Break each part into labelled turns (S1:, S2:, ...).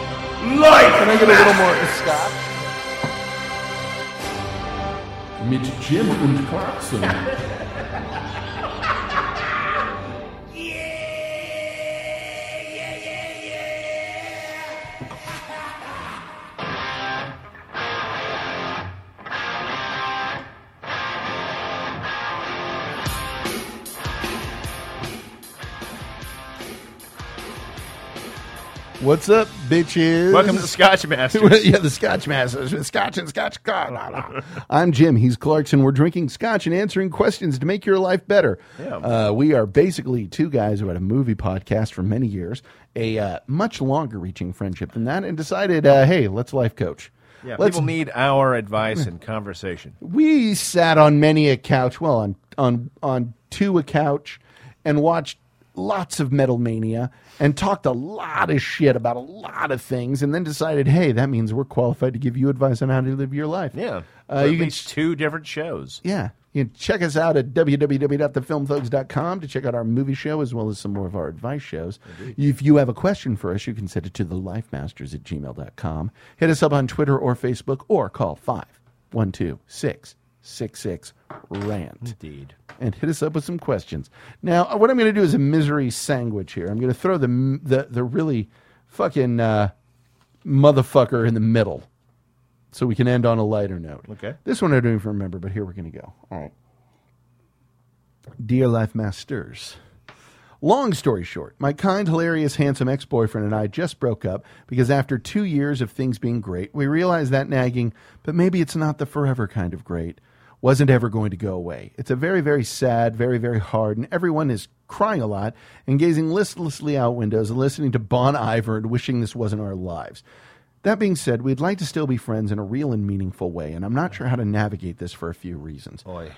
S1: Light!
S2: Can I get a little more scotch?
S3: Mit Jim und Clarkson.
S2: What's up, bitches?
S1: Welcome to Scotch
S2: Well,
S1: Masters.
S2: yeah, the Scotch Masters. with Scotch and Scotch. blah, blah, blah. I'm Jim. He's Clarkson. We're drinking Scotch and answering questions to make your life better.
S1: Yeah.
S2: Uh, we are basically two guys who had a movie podcast for many years, a uh, much longer reaching friendship than that, and decided, uh, hey, let's life coach.
S1: Yeah,
S2: let's,
S1: people need our advice and conversation.
S2: we sat on many a couch, well, on, on, on to a couch, and watched lots of Metal Mania and talked a lot of shit about a lot of things, and then decided, hey, that means we're qualified to give you advice on how to live your life.
S1: Yeah.
S2: Uh,
S1: at
S2: you can
S1: least two different shows.
S2: yeah. You can check us out at www.thefilmthugs.com to check out our movie show as well as some more of our advice shows. If you have a question for us, you can send it to thelifemasters at gmail.com. Hit us up on Twitter or Facebook or call 512 666 RANT
S1: Indeed.
S2: and hit us up with some questions. Now, uh, what I'm going to do is a misery sandwich here. I'm going to throw the, the, the really fucking uh, motherfucker in the middle so we can end on a lighter note.
S1: Okay.
S2: This one I don't even remember, but here we're going to go. All right. Dear Life Masters. Long story short, my kind, hilarious, handsome ex boyfriend and I just broke up because after two years of things being great, we realized that nagging, but maybe it's not the forever kind of great, wasn't ever going to go away. It's a very, very sad, very, very hard, and everyone is crying a lot and gazing listlessly out windows and listening to Bon Iver and wishing this wasn't our lives. That being said, we'd like to still be friends in a real and meaningful way, and I'm not sure how to navigate this for a few reasons.
S1: Boy.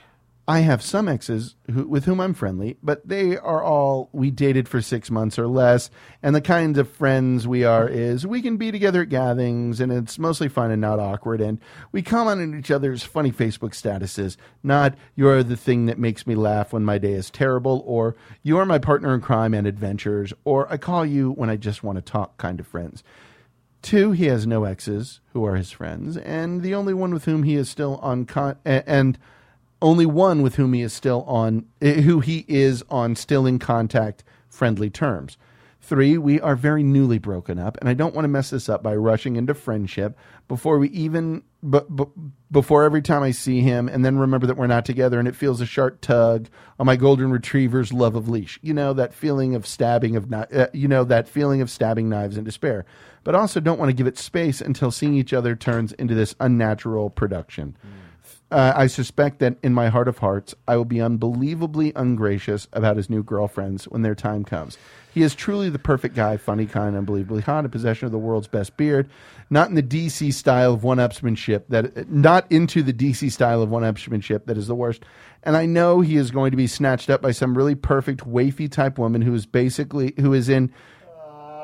S2: I have some exes who, with whom I'm friendly, but they are all we dated for six months or less. And the kinds of friends we are is we can be together at gatherings and it's mostly fun and not awkward. And we comment on each other's funny Facebook statuses, not you're the thing that makes me laugh when my day is terrible, or you are my partner in crime and adventures, or I call you when I just want to talk kind of friends. Two, he has no exes who are his friends, and the only one with whom he is still on con- a- and only one with whom he is still on eh, who he is on still in contact friendly terms. Three, we are very newly broken up, and I don't want to mess this up by rushing into friendship before we even but b- before every time I see him, and then remember that we're not together, and it feels a sharp tug on my golden retriever's love of leash. You know that feeling of stabbing of kni- uh, you know that feeling of stabbing knives in despair, but also don't want to give it space until seeing each other turns into this unnatural production. Uh, I suspect that in my heart of hearts, I will be unbelievably ungracious about his new girlfriends when their time comes. He is truly the perfect guy, funny, kind, unbelievably hot, in possession of the world's best beard, not in the DC style of one-upsmanship that, not into the DC style of one-upsmanship that is the worst. And I know he is going to be snatched up by some really perfect wafy type woman who is basically who is in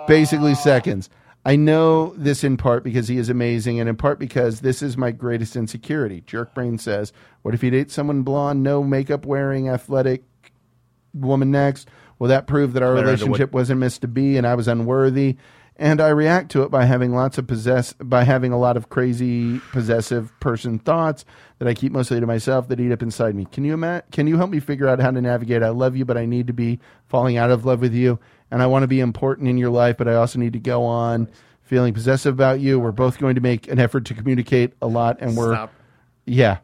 S2: basically seconds. I know this in part because he is amazing, and in part because this is my greatest insecurity. Jerkbrain says, "What if he dates someone blonde, no makeup wearing, athletic woman next? Will that prove that our
S1: Claire Underwood.
S2: relationship wasn't meant to be, and I was unworthy?" And I react to it by having lots of possess by having a lot of crazy possessive person thoughts that I keep mostly to myself that eat up inside me. Can you ima- Can you help me figure out how to navigate? I love you, but I need to be falling out of love with you and I want to be important in your life, but I also need to go on feeling possessive about you. We're both going to make an effort to communicate a lot, and we're
S1: Stop.
S2: yeah.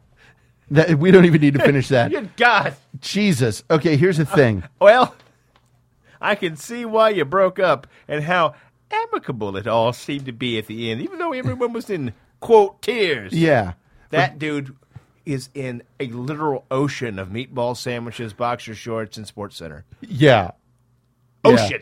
S2: That, we don't even need to finish that.
S1: Good God.
S2: Jesus. Okay, here's the thing.
S1: Well, I can see why you broke up and how amicable it all seemed to be at the end, even though everyone was in quote tears.
S2: Yeah,
S1: That dude is in a literal ocean of meatball sandwiches, boxer shorts, and sports center.
S2: yeah, Yeah.
S1: Ocean.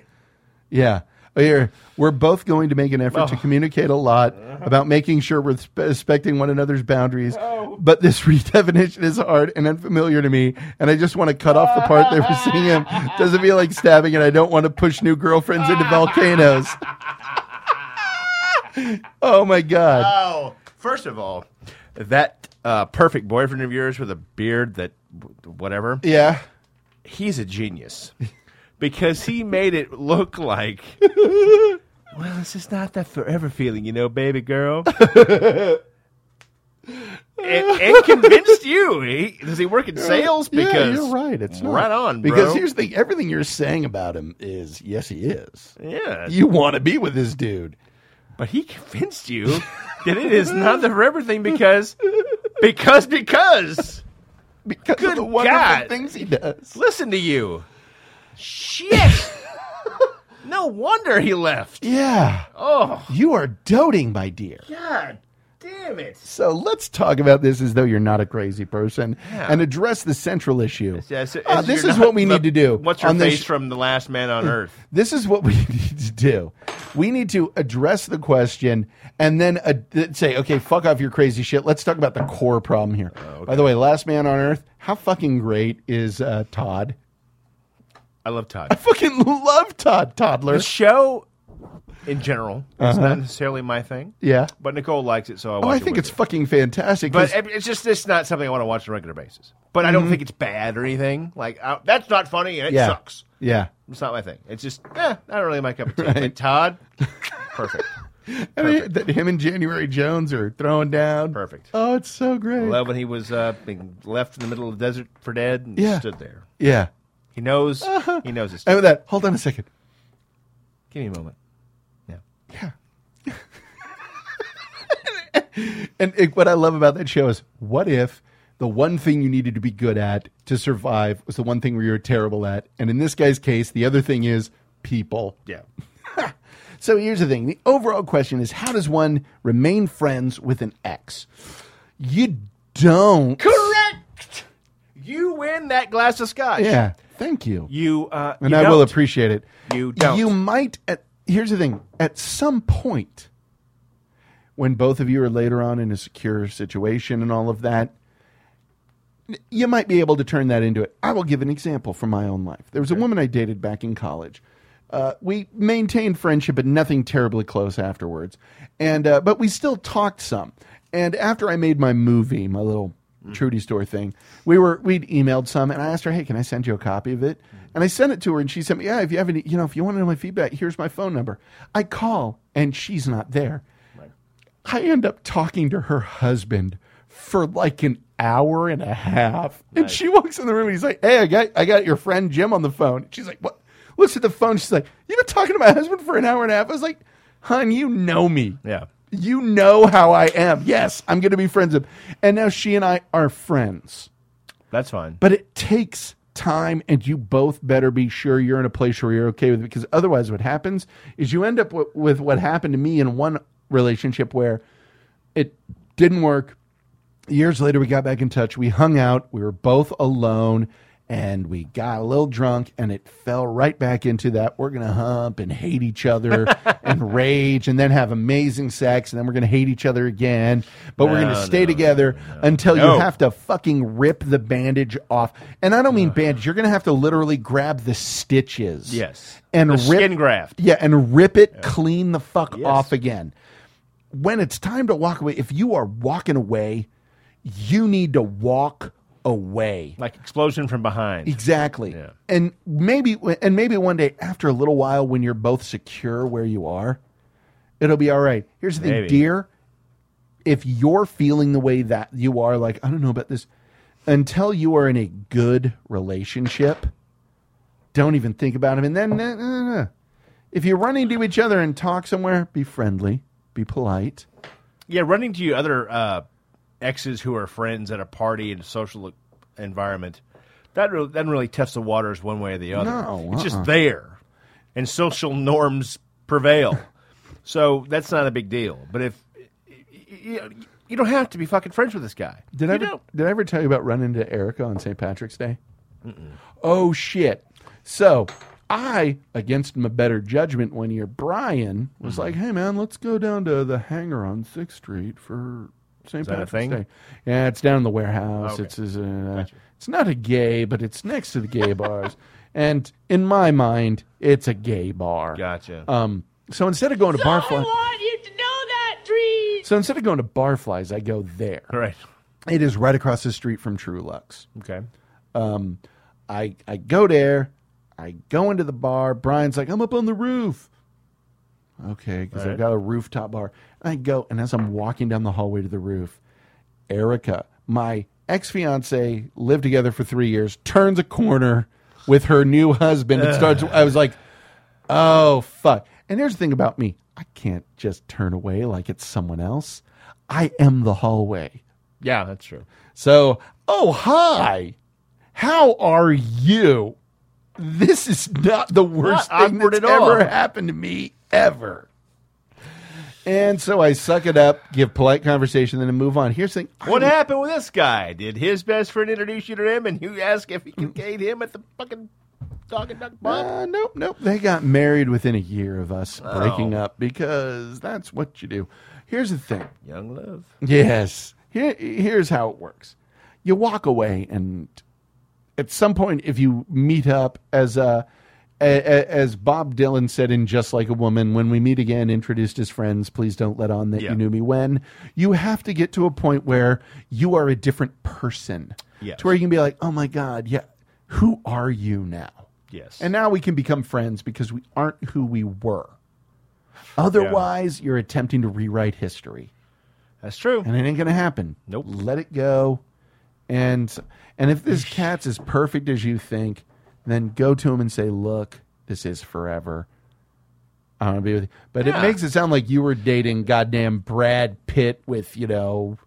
S2: yeah. Here, we're both going to make an effort to
S1: Oh. Uh-huh.
S2: communicate a lot about making sure we're sp- respecting one another's boundaries. But this redefinition is hard and unfamiliar to me, and I just want to cut off the part that we're seeing him. Doesn't feel like stabbing, and I don't want to push new girlfriends into volcanoes. oh my god.
S1: Oh, first of all, that uh, perfect boyfriend of yours with a beard that whatever,
S2: Yeah.
S1: he's a genius because he made it look like Well, it's just not that forever feeling, you know, baby girl. and, and convinced you. He, does he work in sales? Because
S2: yeah, you're right. It's not.
S1: right on, bro.
S2: Because here's the everything you're saying about him is yes, he is.
S1: yeah,
S2: You want to be with this dude.
S1: but he convinced you that it is not the forever thing because because because.
S2: Because
S1: Good
S2: of the wonderful
S1: God.
S2: things he does.
S1: Listen to you. Shit. no wonder he left.
S2: Yeah.
S1: Oh
S2: You are doting, my dear.
S1: God, damn it.
S2: So let's talk about this as though you're not a crazy person and address the central issue.
S1: Yeah, so-
S2: Ah,
S1: and
S2: this
S1: you're
S2: is
S1: not-
S2: what we
S1: the-
S2: need to do.
S1: What's your
S2: on
S1: face
S2: this,
S1: from the last man on earth?
S2: This is what we need to do. We need to address the question and then uh, th- say, okay, fuck off your crazy shit. Let's talk about the core problem here.
S1: Oh,
S2: By the way, Last Man on Earth, how fucking great is uh, Todd?
S1: I love Todd.
S2: Fucking love Todd, toddler.
S1: The show in general, it's not necessarily my thing.
S2: Yeah.
S1: But Nicole likes it, so I watch
S2: Uh-huh. Oh,
S1: it.
S2: I think
S1: with
S2: it's
S1: her.
S2: fucking fantastic. 'cause-
S1: But it- it's just it's not something I want to watch on a regular basis. But I don't think it's bad or anything. Like I, that's not funny and it
S2: Mm-hmm. yeah,
S1: sucks.
S2: yeah.
S1: It's not my thing. It's just eh, not really my cup of tea. But Todd, perfect,
S2: I mean, that him and January Jones are throwing down.
S1: perfect.
S2: Oh, it's so great.
S1: Love when he was uh, being left in the middle of the desert for dead and
S2: Yeah.
S1: stood there.
S2: Yeah.
S1: He knows. He knows it's.
S2: And with that, hold on a second.
S1: Give me a moment. Yeah.
S2: And it, what I love about that show is what if the one thing you needed to be good at to survive was the one thing where you were terrible at? And in this guy's case, the other thing is people.
S1: Yeah.
S2: So here's the thing the overall question is how does one remain friends with an ex? You don't.
S1: Correct. You win that glass of scotch.
S2: Yeah. Thank you.
S1: You uh,
S2: and
S1: you
S2: I will
S1: don't.
S2: appreciate it.
S1: You don't.
S2: You might. At, here's the thing: at some point, when both of you are later on in a secure situation and all of that, n- you might be able to turn that into it. I will give an example from my own life. There was a woman I dated back in college. Uh, we maintained friendship, but nothing terribly close afterwards. And uh, but we still talked some. And after I made my movie, my little Trudy store thing, we were we'd emailed some, and I asked her, "Hey, can I send you a copy of it?" And I sent it to her, and she sent me, "Yeah, if you have any, you know, if you want to know my feedback, here's my phone number." I call, and she's not there. I end up talking to her husband for like an hour and a half. And she walks in the room and he's like, Hey, I got I got your friend Jim on the phone. She's like, What? Looks at the phone. She's like, You've been talking to my husband for an hour and a half. I was like, Hun, you know me.
S1: Yeah.
S2: You know how I am. Yes, I'm gonna be friends with him. And now she and I are friends.
S1: That's fine.
S2: But it takes time, and you both better be sure you're in a place where you're okay with it. Because otherwise, what happens is you end up w- with what happened to me in one relationship where it didn't work. Years later, we got back in touch. We hung out. We were both alone. And we got a little drunk, and it fell right back into that. We're gonna hump and hate each other and rage, and then have amazing sex, and then we're gonna hate each other again. But we're
S1: No,
S2: gonna stay
S1: no,
S2: together until
S1: No.
S2: you have to fucking rip the bandage off. And I don't mean bandage. You're going to have to literally grab the stitches.
S1: Yes.
S2: And
S1: The
S2: rip,
S1: skin graft.
S2: Yeah, and rip it clean the fuck
S1: Yes.
S2: off again. When it's time to walk away, if you are walking away, you need to walk away.
S1: Like explosion from behind.
S2: Exactly.
S1: Yeah.
S2: And maybe and maybe one day after a little while when you're both secure where you are, it'll be all right. Here's the
S1: Maybe.
S2: thing, dear, if you're feeling the way that you are like I don't know about this until you are in a good relationship, don't even think about him and then nah, nah, nah, nah. if you run into each other and talk somewhere, be friendly, be polite.
S1: Yeah, running to you other uh, exes who are friends at a party and social environment, that really, doesn't really test the waters one way or the other.
S2: No,
S1: it's just
S2: uh-uh.
S1: there, and social norms prevail. so that's not a big deal. But if you, you don't have to be fucking friends with this guy,
S2: Did
S1: you
S2: I ever,
S1: don't.
S2: did I ever tell you about running into Erica on St. Patrick's Day? Oh shit! So I, against my better judgment, one year Brian was like, "Hey man, let's go down to the hangar on Sixth Street for St.
S1: that a
S2: Patrick's
S1: thing?
S2: Day." Yeah, it's down in the warehouse.
S1: Okay.
S2: It's is uh, it's not a gay, but it's next to the gay bars. And in my mind, it's a gay bar.
S1: Gotcha.
S2: Um. So instead of going to Barfly,
S4: want you to know that, Trees.
S2: so instead of going to Barflies, I go there.
S1: All right.
S2: It is right across the street from True Lux.
S1: Okay.
S2: Um, I I go there. I go into the bar. Brian's like, I'm up on the roof. okay, because
S1: Right.
S2: I've got a rooftop bar. And I go, and as I'm walking down the hallway to the roof, Erica, my ex fiance, lived together for three years, turns a corner with her new husband and starts. I was like, oh, fuck. And here's the thing about me I can't just turn away like it's someone else. I am the hallway.
S1: Yeah, that's true.
S2: So, oh, hi. How are you? This is not the worst
S1: Not
S2: thing
S1: awkward
S2: that's
S1: at all.
S2: ever happened to me, ever. And so I suck it up, give polite conversation, then I move on. Here's the thing.
S1: What
S2: I-
S1: happened with this guy? Did his best friend introduce you to him, and you ask if he can gate him at the fucking talking duck pub?
S2: Uh, nope, nope. They got married within a year of us breaking
S1: Oh.
S2: up because that's what you do. Here's the thing.
S1: Young love.
S2: Yes. Here, here's how it works. You walk away, and at some point, if you meet up, as uh, a, a, as Bob Dylan said in "Just Like a Woman," when we meet again, introduced as friends, please don't let on that
S1: Yeah.
S2: you knew me when. You have to get to a point where you are a different person,
S1: Yes.
S2: to where you can be like, "Oh my God, yeah, who are you now?"
S1: Yes.
S2: And now we can become friends because we aren't who we were. Otherwise, you're attempting to rewrite history
S1: that's true.
S2: and it ain't gonna happen.
S1: Nope.
S2: Let it go, and and if this cat's as perfect as you think, then go to him and say, "Look, this is forever. I want to be with you." But
S1: Yeah.
S2: it makes it sound like you were dating goddamn Brad Pitt with you know,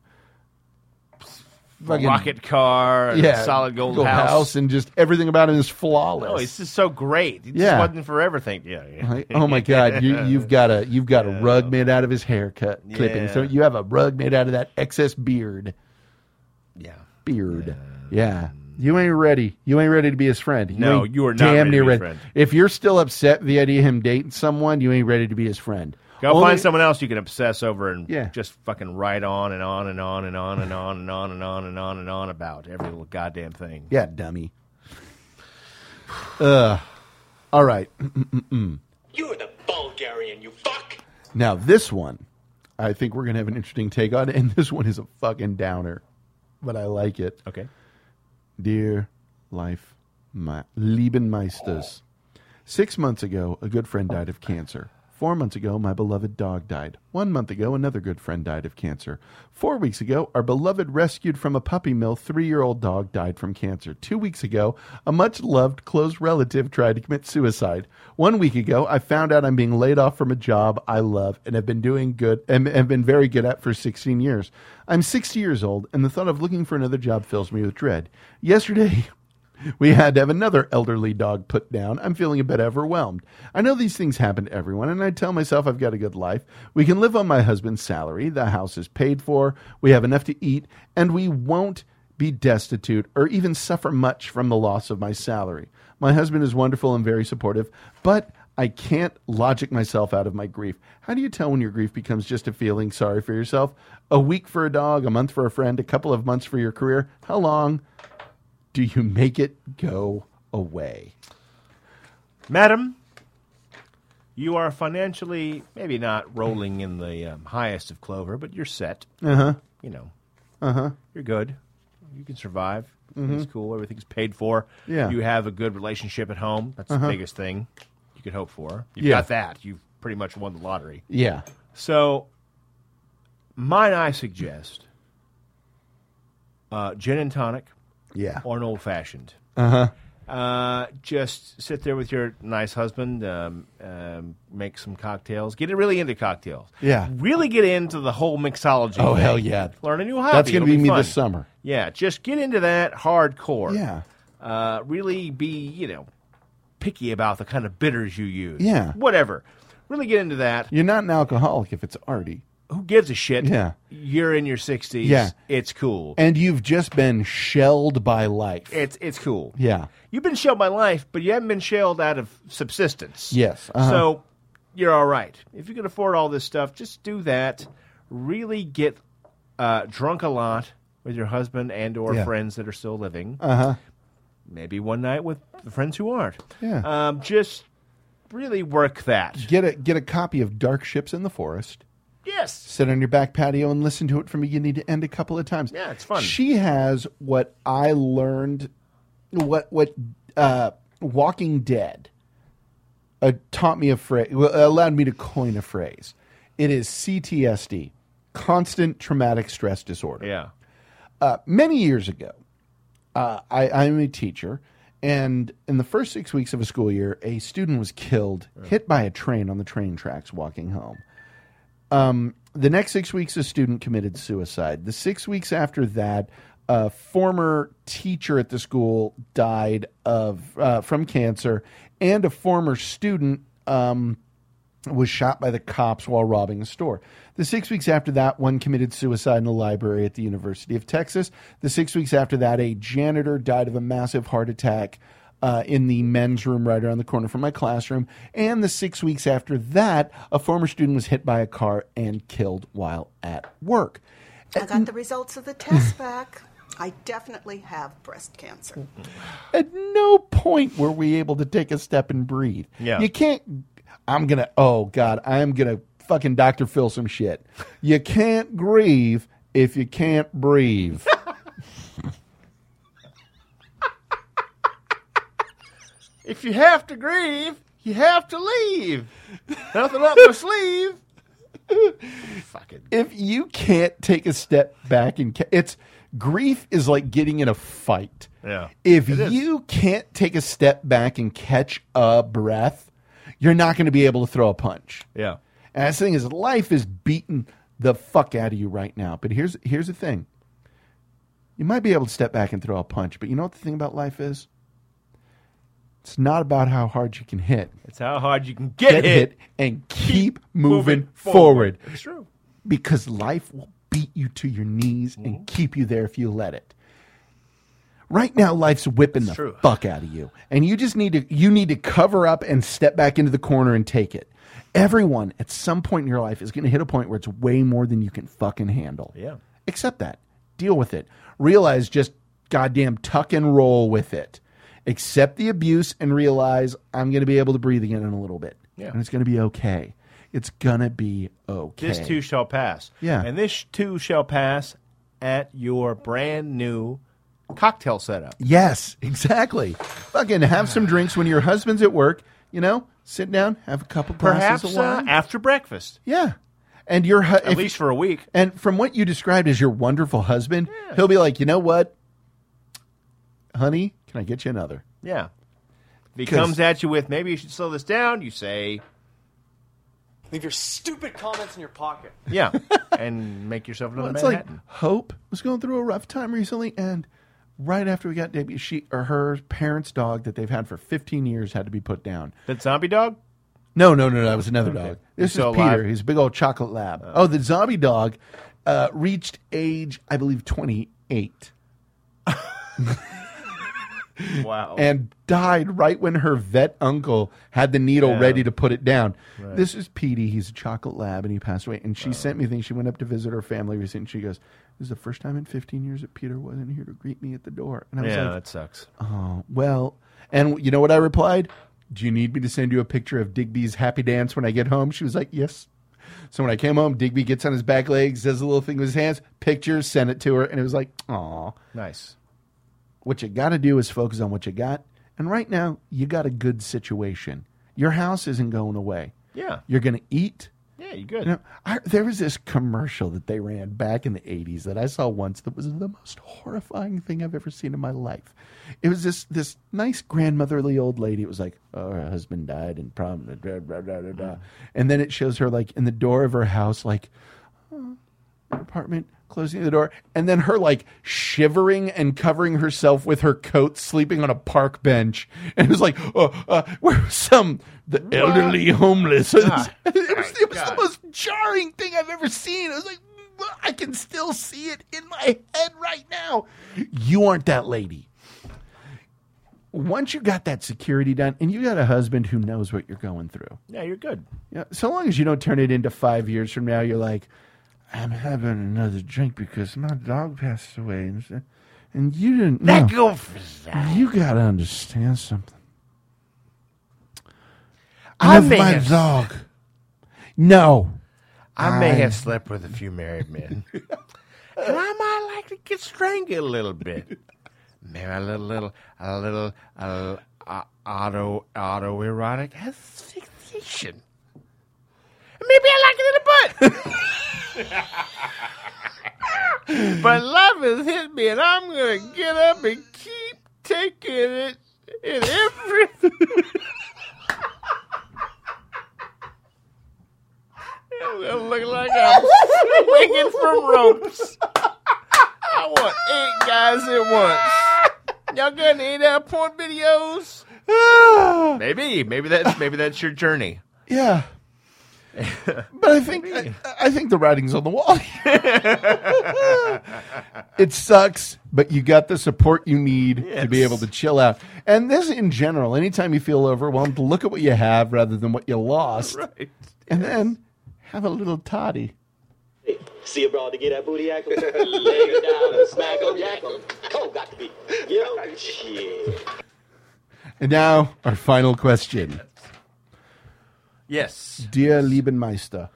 S2: fucking-
S1: Rocket car, and
S2: yeah,
S1: solid gold, house.
S2: house. and just everything about him is flawless.
S1: Oh, it's just so great. It just
S2: Yeah.
S1: wasn't for everything. Yeah, yeah.
S2: Like, oh my God! You, you've got a you've got a rug made out of his haircut clipping. So
S1: Yeah.
S2: you have a rug made out of that excess beard.
S1: yeah.
S2: beard. Yeah. You ain't ready. You ain't ready to be his friend. You
S1: No,
S2: ain't
S1: you are not ready to be his friend.
S2: If you're still upset with the idea of him dating someone, you ain't ready to be his friend.
S1: Go
S2: Only-
S1: find someone else you can obsess over and
S2: Yeah.
S1: just fucking write on and on and on and on and on and on and on and on and on about every little goddamn thing.
S2: Yeah, dummy. Ugh. All right.
S5: You're the Bulgarian, you fuck!
S2: Now this one, I think we're gonna have an interesting take on, it, and this one is a fucking downer, but I like it.
S1: Okay.
S2: Dear Life, my Liebenmeisters. Six months ago, a good friend died of cancer. Four months ago, my beloved dog died. One month ago, another good friend died of cancer. Four weeks ago, our beloved rescued from a puppy mill three year old dog died from cancer. Two weeks ago, a much loved close relative tried to commit suicide. One week ago, I found out I'm being laid off from a job I love and have been doing good and have been very good at for 16 years. I'm 60 years old, and the thought of looking for another job fills me with dread. Yesterday, we had to have another elderly dog put down. I'm feeling a bit overwhelmed. I know these things happen to everyone, and I tell myself I've got a good life. We can live on my husband's salary, the house is paid for, we have enough to eat, and we won't be destitute or even suffer much from the loss of my salary. My husband is wonderful and very supportive, but I can't logic myself out of my grief. How do you tell when your grief becomes just a feeling sorry for yourself? A week for a dog, a month for a friend, a couple of months for your career? How long? do you make it go away?
S1: Madam, you are financially maybe not rolling in the um, highest of clover, but you're set. Uh
S2: Uh-huh.
S1: huh. You know. Uh huh. You're good. You can survive. It's cool. Everything's paid for.
S2: Mm-hmm. Yeah. Uh-huh.
S1: You have a good relationship at home. That's the biggest thing you could hope for. You've
S2: Yeah.
S1: got that. You've pretty much won the lottery.
S2: Yeah.
S1: So, might I suggest uh, gin and tonic
S2: Yeah.
S1: or an old fashioned?
S2: Uh-huh.
S1: Uh, just sit there with your nice husband, um, um, make some cocktails, get really into cocktails.
S2: Yeah.
S1: Really get into the whole mixology.
S2: Oh,
S1: thing.
S2: hell yeah.
S1: Learn a new hobby.
S2: That's going to
S1: It'll
S2: be me
S1: fun.
S2: this summer.
S1: Yeah, just get into that hardcore.
S2: Yeah.
S1: Uh, really be, you know, picky about the kind of bitters you use.
S2: Yeah.
S1: Whatever. Really get into that
S2: You're not an alcoholic if it's arty.
S1: who gives a shit?
S2: Yeah.
S1: You're in your 60s.
S2: Yeah.
S1: It's cool.
S2: And you've just been shelled by life.
S1: It's it's cool.
S2: Yeah.
S1: You've been shelled by life, but you haven't been shelled out of subsistence.
S2: Yes, uh-huh.
S1: So you're all right. If you can afford all this stuff, just do that. Really get uh, drunk a lot with your husband and or
S2: Yeah.
S1: friends that are still living. Uh-huh. Maybe one night with the friends who aren't.
S2: Yeah.
S1: Um, just really work that.
S2: Get a get a copy of Dark Ships in the Forest.
S1: Yes.
S2: Sit on your back patio and listen to it from beginning to end a couple of times.
S1: Yeah, it's fun.
S2: She has what I learned what what uh Walking Dead uh, taught me a phrase, well, allowed me to coin a phrase. It is CTSD, constant traumatic stress disorder
S1: Yeah.
S2: many years ago, uh, I, I'm a teacher, and in the first six weeks of a school year, a student was killed, hit by a train on the train tracks walking home. Um, the next six weeks, a student committed suicide. The six weeks after that, a former teacher at the school died of uh, from cancer, and a former student um, was shot by the cops while robbing a store. The six weeks after that, one committed suicide in a library at the University of Texas. The six weeks after that, a janitor died of a massive heart attack uh, in the men's room right around the corner from my classroom. And the six weeks after that, a former student was hit by a car and killed while at work.
S6: I got the results of the test back. I definitely have breast cancer.
S2: At no point were we able to take a step and breathe.
S1: Yeah.
S2: You can't. I'm gonna. Oh God, I'm gonna fucking Dr. Phil some shit. You can't grieve if you can't breathe.
S1: If you have to grieve, you have to leave. Nothing up my sleeve. Fucking.
S2: if you can't take a step back and ca- it's grief is like getting in a fight.
S1: Yeah,
S2: If
S1: it is.
S2: you can't take a step back and catch a breath, you're not going to be able to throw a punch.
S1: Yeah.
S2: And that's the thing is, life is beating the fuck out of you right now. But here's here's the thing: you might be able to step back and throw a punch, but you know what the thing about life is? It's not about how hard you can hit.
S1: It's how hard you can get, hit.
S2: Get hit and keep moving forward
S1: It's true.
S2: because life will beat you to your knees
S1: Mm-hmm.
S2: and keep you there if you let it. Right now, life's whipping the
S1: true.
S2: fuck out of you, and you just need to you need to cover up and step back into the corner and take it. Everyone at some point in your life is going to hit a point where it's way more than you can fucking handle.
S1: Yeah.
S2: accept that, deal with it, realize just goddamn tuck and roll with it. Accept the abuse and realize I'm going to be able to breathe again in a little bit,
S1: Yeah.
S2: and it's going to be okay. It's gonna be okay.
S1: This too shall pass.
S2: Yeah.
S1: And this too shall pass at your brand new cocktail setup.
S2: Yes, exactly. Fucking have some drinks when your husband's at work. You know, sit down, have a couple
S1: Perhaps
S2: glasses of
S1: uh,
S2: wine.
S1: after breakfast,
S2: yeah, and your hu-
S1: at
S2: if-
S1: least for a week.
S2: and from what you described as your wonderful husband, he'll be like, you know what, honey, can I get you another?
S1: Yeah. If he comes at you with, maybe you should slow this down, you say,
S7: Leave your stupid comments in your pocket.
S1: yeah, and make yourself another
S2: Well, it's like
S1: Manhattan.
S2: Hope was going through a rough time recently, and right after we got Debbie, she or her parents' dog that they've had for 15 years had to be put down.
S1: that zombie dog?
S2: No, no, no, no. That was another dog.
S1: He's
S2: This
S1: still
S2: is Peter.
S1: alive?
S2: He's a big old chocolate lab. oh, the zombie dog uh, reached age, I believe, 28
S1: Wow.
S2: and died right when her vet uncle had the needle
S1: Yeah.
S2: ready to put it down. This is Petey. He's a chocolate lab and he passed away. And she
S1: Oh.
S2: sent me things. She went up to visit her family recently. And she goes, This is the first time in 15 years that Peter wasn't here to greet me at the door. And I was
S1: yeah,
S2: like,
S1: that sucks.
S2: Oh, well. And you know what I replied? Do you need me to send you a picture of Digby's happy dance when I get home? She was like, yes. So when I came home, Digby gets on his back legs, does a little thing with his hands, pictures, sent it to her, and it was like, aw.
S1: Nice.
S2: What you got to do is focus on what you got. And right now, you got a good situation. Your house isn't going away.
S1: Yeah.
S2: You're going to eat.
S1: Yeah, you good.
S2: You know, I, there was this commercial that they ran back in the 80s that I saw once that was the most horrifying thing I've ever seen in my life. It was this this nice grandmotherly old lady. It was like, oh, her husband died and prom, da, da, da, da, da, da. and then it shows her like in the door of her house, like oh, apartment, closing the door, and then her like shivering and covering herself with her coat, sleeping on a park bench. And it was like, oh, uh, where was some the elderly homeless? it was, it was the
S1: God.
S2: most jarring thing I've ever seen. I was like, I can still see it in my head right now. You aren't that lady. Once you got that security done and you got a husband who knows what you're going through,
S1: Yeah, you're good.
S2: you know, so long as you don't turn it into five years from now, you're like, I'm having another drink because my dog passed away. And, s- and you didn't know. You got to understand something. I
S1: may
S2: my
S1: have-
S2: dog. No.
S1: I may have slept with a few married men. and I might like to get strangled a little bit. Maybe a little, little, a little, a, a, auto autoerotic asphyxiation. Maybe I like it in the butt. but love has hit me, and I'm gonna get up and keep taking it in every. I look like I'm swinging from ropes. I want eight guys at once. Y'all gonna eat out porn videos? Maybe, maybe that's maybe that's your journey.
S2: Yeah. but I think I, I think the writing's on the wall. it sucks, but you got the support you need to be
S1: Yes.
S2: able to chill out. And this in general, anytime you feel overwhelmed, look at what you have rather than what you lost.
S1: Right.
S2: And then have a little toddy.
S5: See a broad to get that booty ackle. Lay it down and smack 'em, yak 'em. Cold got to be. Yo, shit.
S2: And now our final question.
S1: Yes.
S2: Dear Liebenmeister,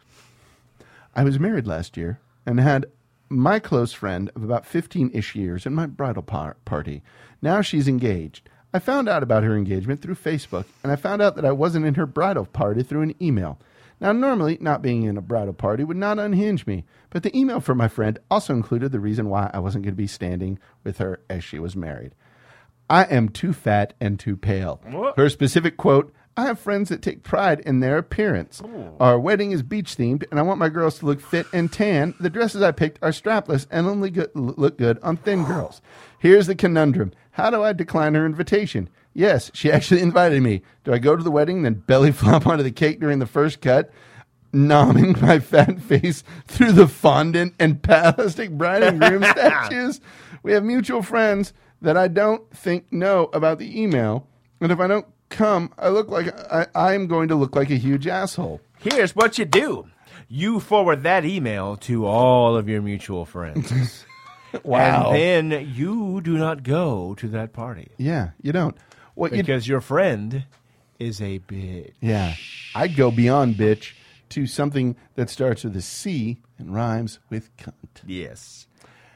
S2: I was married last year and had my close friend of about 15 ish years in my bridal par- party. Now she's engaged. I found out about her engagement through Facebook, and I found out that I wasn't in her bridal party through an email. Now, normally, not being in a bridal party would not unhinge me, but the email from my friend also included the reason why I wasn't going to be standing with her as she was married. I am too fat and too pale. Her specific quote I have friends that take pride in their appearance. Our wedding is beach themed, and I want my girls to look fit and tan. The dresses I picked are strapless and only go- look good on thin girls. Here's the conundrum How do I decline her invitation? Yes, she actually invited me. Do I go to the wedding, then belly flop onto the cake during the first cut? nomming my fat face through the fondant and plastic bride and groom statues. We have mutual friends that I don't think know about the email, and if I don't come, I look like I, I am going to look like a huge asshole.
S1: Here's what you do. You forward that email to all of your mutual friends. And then you do not go to that party
S2: yeah, you don't. What you
S1: because your friend is a bitch.
S2: Yeah, I'd go beyond bitch to something that starts with a C and rhymes with cunt.
S1: Yes.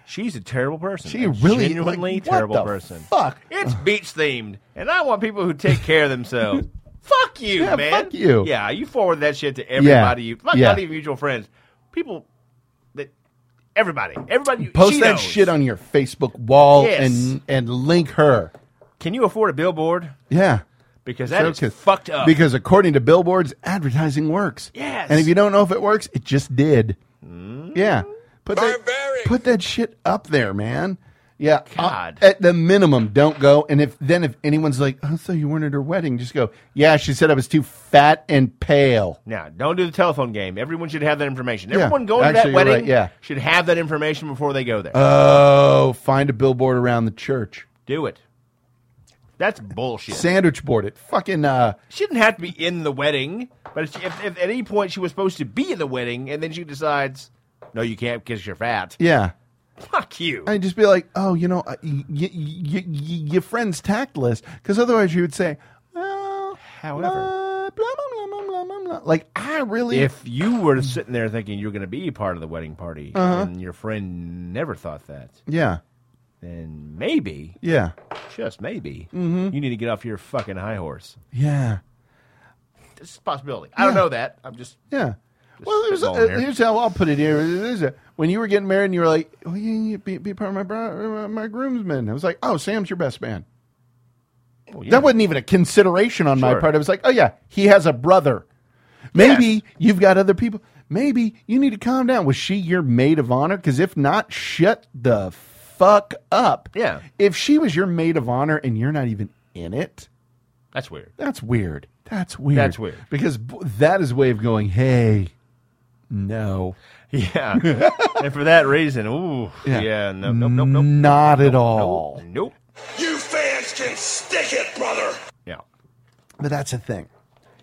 S1: She's a terrible person.
S2: She
S1: a
S2: really
S1: genuinely
S2: like, what
S1: terrible
S2: the
S1: person.
S2: Fuck.
S1: It's beach themed, and I want people who take care of themselves. fuck you,
S2: Yeah,
S1: man.
S2: fuck you.
S1: Yeah, you forward that shit to everybody. You fuck
S2: yeah.
S1: not even mutual friends. People that everybody, everybody. you-
S2: Post
S1: she
S2: that
S1: knows.
S2: shit on your Facebook wall
S1: Yes.
S2: and and link her.
S1: Can you afford a billboard?
S2: Yeah.
S1: Because that is
S2: So, 'cause-
S1: fucked up.
S2: Because according to billboards, advertising works.
S1: Yes. Mm.
S2: And if you don't know if it works, it just did. Yeah. Put that, put that shit up there, man. Yeah. uh,
S1: God.
S2: at the minimum, don't go. And if then if anyone's like, oh, so you weren't at her wedding, just go, yeah, she said I was too fat and pale.
S1: now, don't do the telephone game. Everyone should have that information.
S2: Yeah,
S1: Everyone going to
S2: actually,
S1: that
S2: you're
S1: wedding
S2: right, yeah.
S1: should have that information before they go there.
S2: Oh, find a billboard around the church.
S1: do it. That's bullshit.
S2: Sandwich board it. Fucking, uh,
S1: she didn't have to be in the wedding, but if, if, if at any point she was supposed to be in the wedding, and then she decides, no, you can't because you're fat.
S2: yeah.
S1: Fuck you.
S2: I'd just be like, oh, you know, uh, y- y- y- y- your friend's tactless. Because otherwise you would say, well,
S1: However.
S2: uh, blah, blah, blah, blah, blah, blah. Like, I really.
S1: if you were sitting there thinking you're going to be part of the wedding party, and your friend never thought that,
S2: yeah.
S1: then maybe,
S2: Yeah.
S1: just maybe, you need to get off your fucking high horse.
S2: Yeah.
S1: It's a possibility. I don't know that. I'm just
S2: Yeah. Well, there's,
S1: spitballing
S2: uh,
S1: here.
S2: here's how I'll put it here. There's a- when you were getting married and you were like, oh, yeah, yeah be, be part of my, bri- uh, my groomsmen. I was like, oh, Sam's your best man.
S1: well, yeah.
S2: That wasn't even a consideration on my
S1: Sure.
S2: part. I was like, oh yeah, he has a brother. Maybe you've got other people. Maybe you need to calm down. Was she your maid of honor? Because if not, shut the fuck up.
S1: Yeah.
S2: If she was your maid of honor and you're not even in it,
S1: that's weird.
S2: that's weird. That's weird.
S1: That's weird.
S2: Because b- that is a way of going, hey, no.
S1: Yeah, and for that reason, ooh,
S2: Yeah.
S1: yeah, no, nope, nope, nope,
S2: Not at all.
S1: nope, nope.
S8: You fans can stick it, brother!
S1: Yeah,
S2: But that's the thing.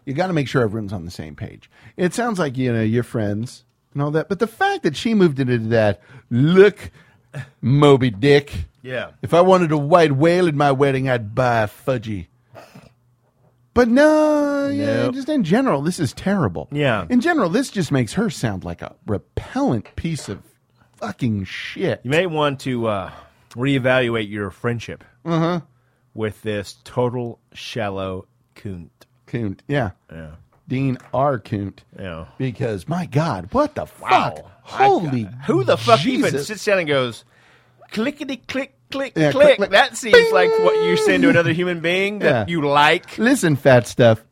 S2: You got to make sure everyone's on the same page. It sounds like, you know, you're friends and all that. But the fact that she moved into that, look, Moby Dick.
S1: yeah.
S2: If I wanted a white whale at my wedding, I'd buy a fudgy. But no, yeah,
S1: Nope.
S2: just in general, this is terrible.
S1: Yeah.
S2: In general, this just makes her sound like a repellent piece of fucking shit. Mm-hmm.
S1: You may want to uh, reevaluate your friendship with this total shallow coont.
S2: Coont. Yeah.
S1: Yeah.
S2: Dean R. Coont.
S1: Yeah.
S2: Because my God, what the fuck?
S1: Wow.
S2: Holy
S1: Who the fuck
S2: Jesus.
S1: even sits down and goes clickety click click
S2: Yeah, click,
S1: click?
S2: click.
S1: That seems like what you're saying to another human being that
S2: Yeah.
S1: you like.
S2: Listen, fat stuff.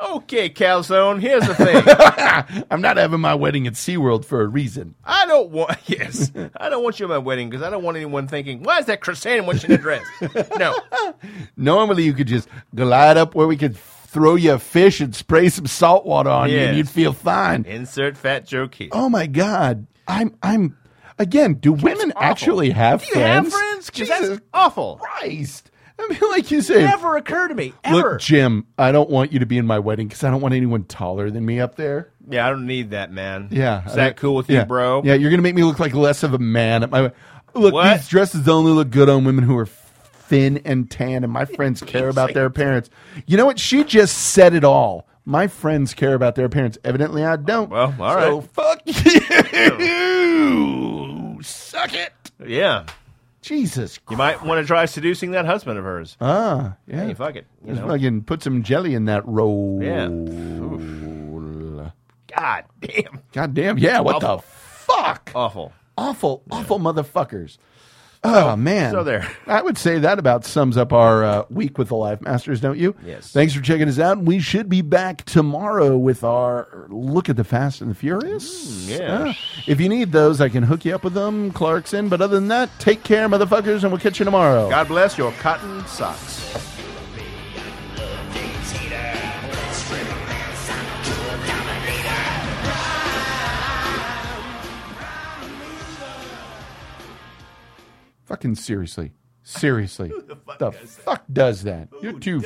S1: Okay, calzone. Here's the thing.
S2: I'm not having my wedding at SeaWorld for a reason.
S1: I don't want. Yes, I don't want you at my wedding because I don't want anyone thinking, "Why is that Christian what's in a dress?" No,
S2: Normally, you could just glide up where we could throw you a fish and spray some salt water on you, and
S1: Yes.
S2: you'd feel fine.
S1: insert fat joke here.
S2: Oh my God, I'm I'm again. Do women
S1: awful.
S2: actually have
S1: Do you
S2: friends?
S1: have friends? 'Cause
S2: Jesus
S1: that's awful.
S2: Christ! I mean, like you say,
S1: Never occurred to me
S2: look,
S1: ever.
S2: Jim, I don't want you to be in my wedding because I don't want anyone taller than me up there.
S1: yeah, I don't need that, man.
S2: Yeah,
S1: is
S2: I
S1: that
S2: don't-
S1: cool with
S2: yeah.
S1: you, bro?
S2: Yeah, you're gonna make me look like less of a man at my. we- Look,
S1: What?
S2: these dresses only look good on women who are thin and tan, and my friends care about their parents. You know what? She just said it all. My friends care about their parents. Evidently, I don't.
S1: Well, all
S2: so fuck you. Suck it.
S1: Yeah.
S2: Jesus.
S1: You
S2: Christ.
S1: might want to try seducing that husband of hers.
S2: Ah, yeah.
S1: Hey, fuck it. You
S2: Just
S1: know?
S2: fucking put some jelly in that roll.
S1: Yeah. Oof. God damn.
S2: God damn. Yeah. What the fuck?
S1: Awful.
S2: awful, awful motherfuckers. Oh man!
S1: so there.
S2: I would say that about sums up our uh, week with the Life Masters, don't you?
S1: Yes.
S2: Thanks for checking us out. We should be back tomorrow with our look at the Fast and the
S1: Mm,
S2: Furious.
S1: yes.
S2: Uh, if you need those, I can hook you up with them, Clarkson. But other than that, take care, motherfuckers, and we'll catch you tomorrow.
S1: God bless your cotton socks.
S2: Fucking seriously, seriously, the fuck, does that? You're too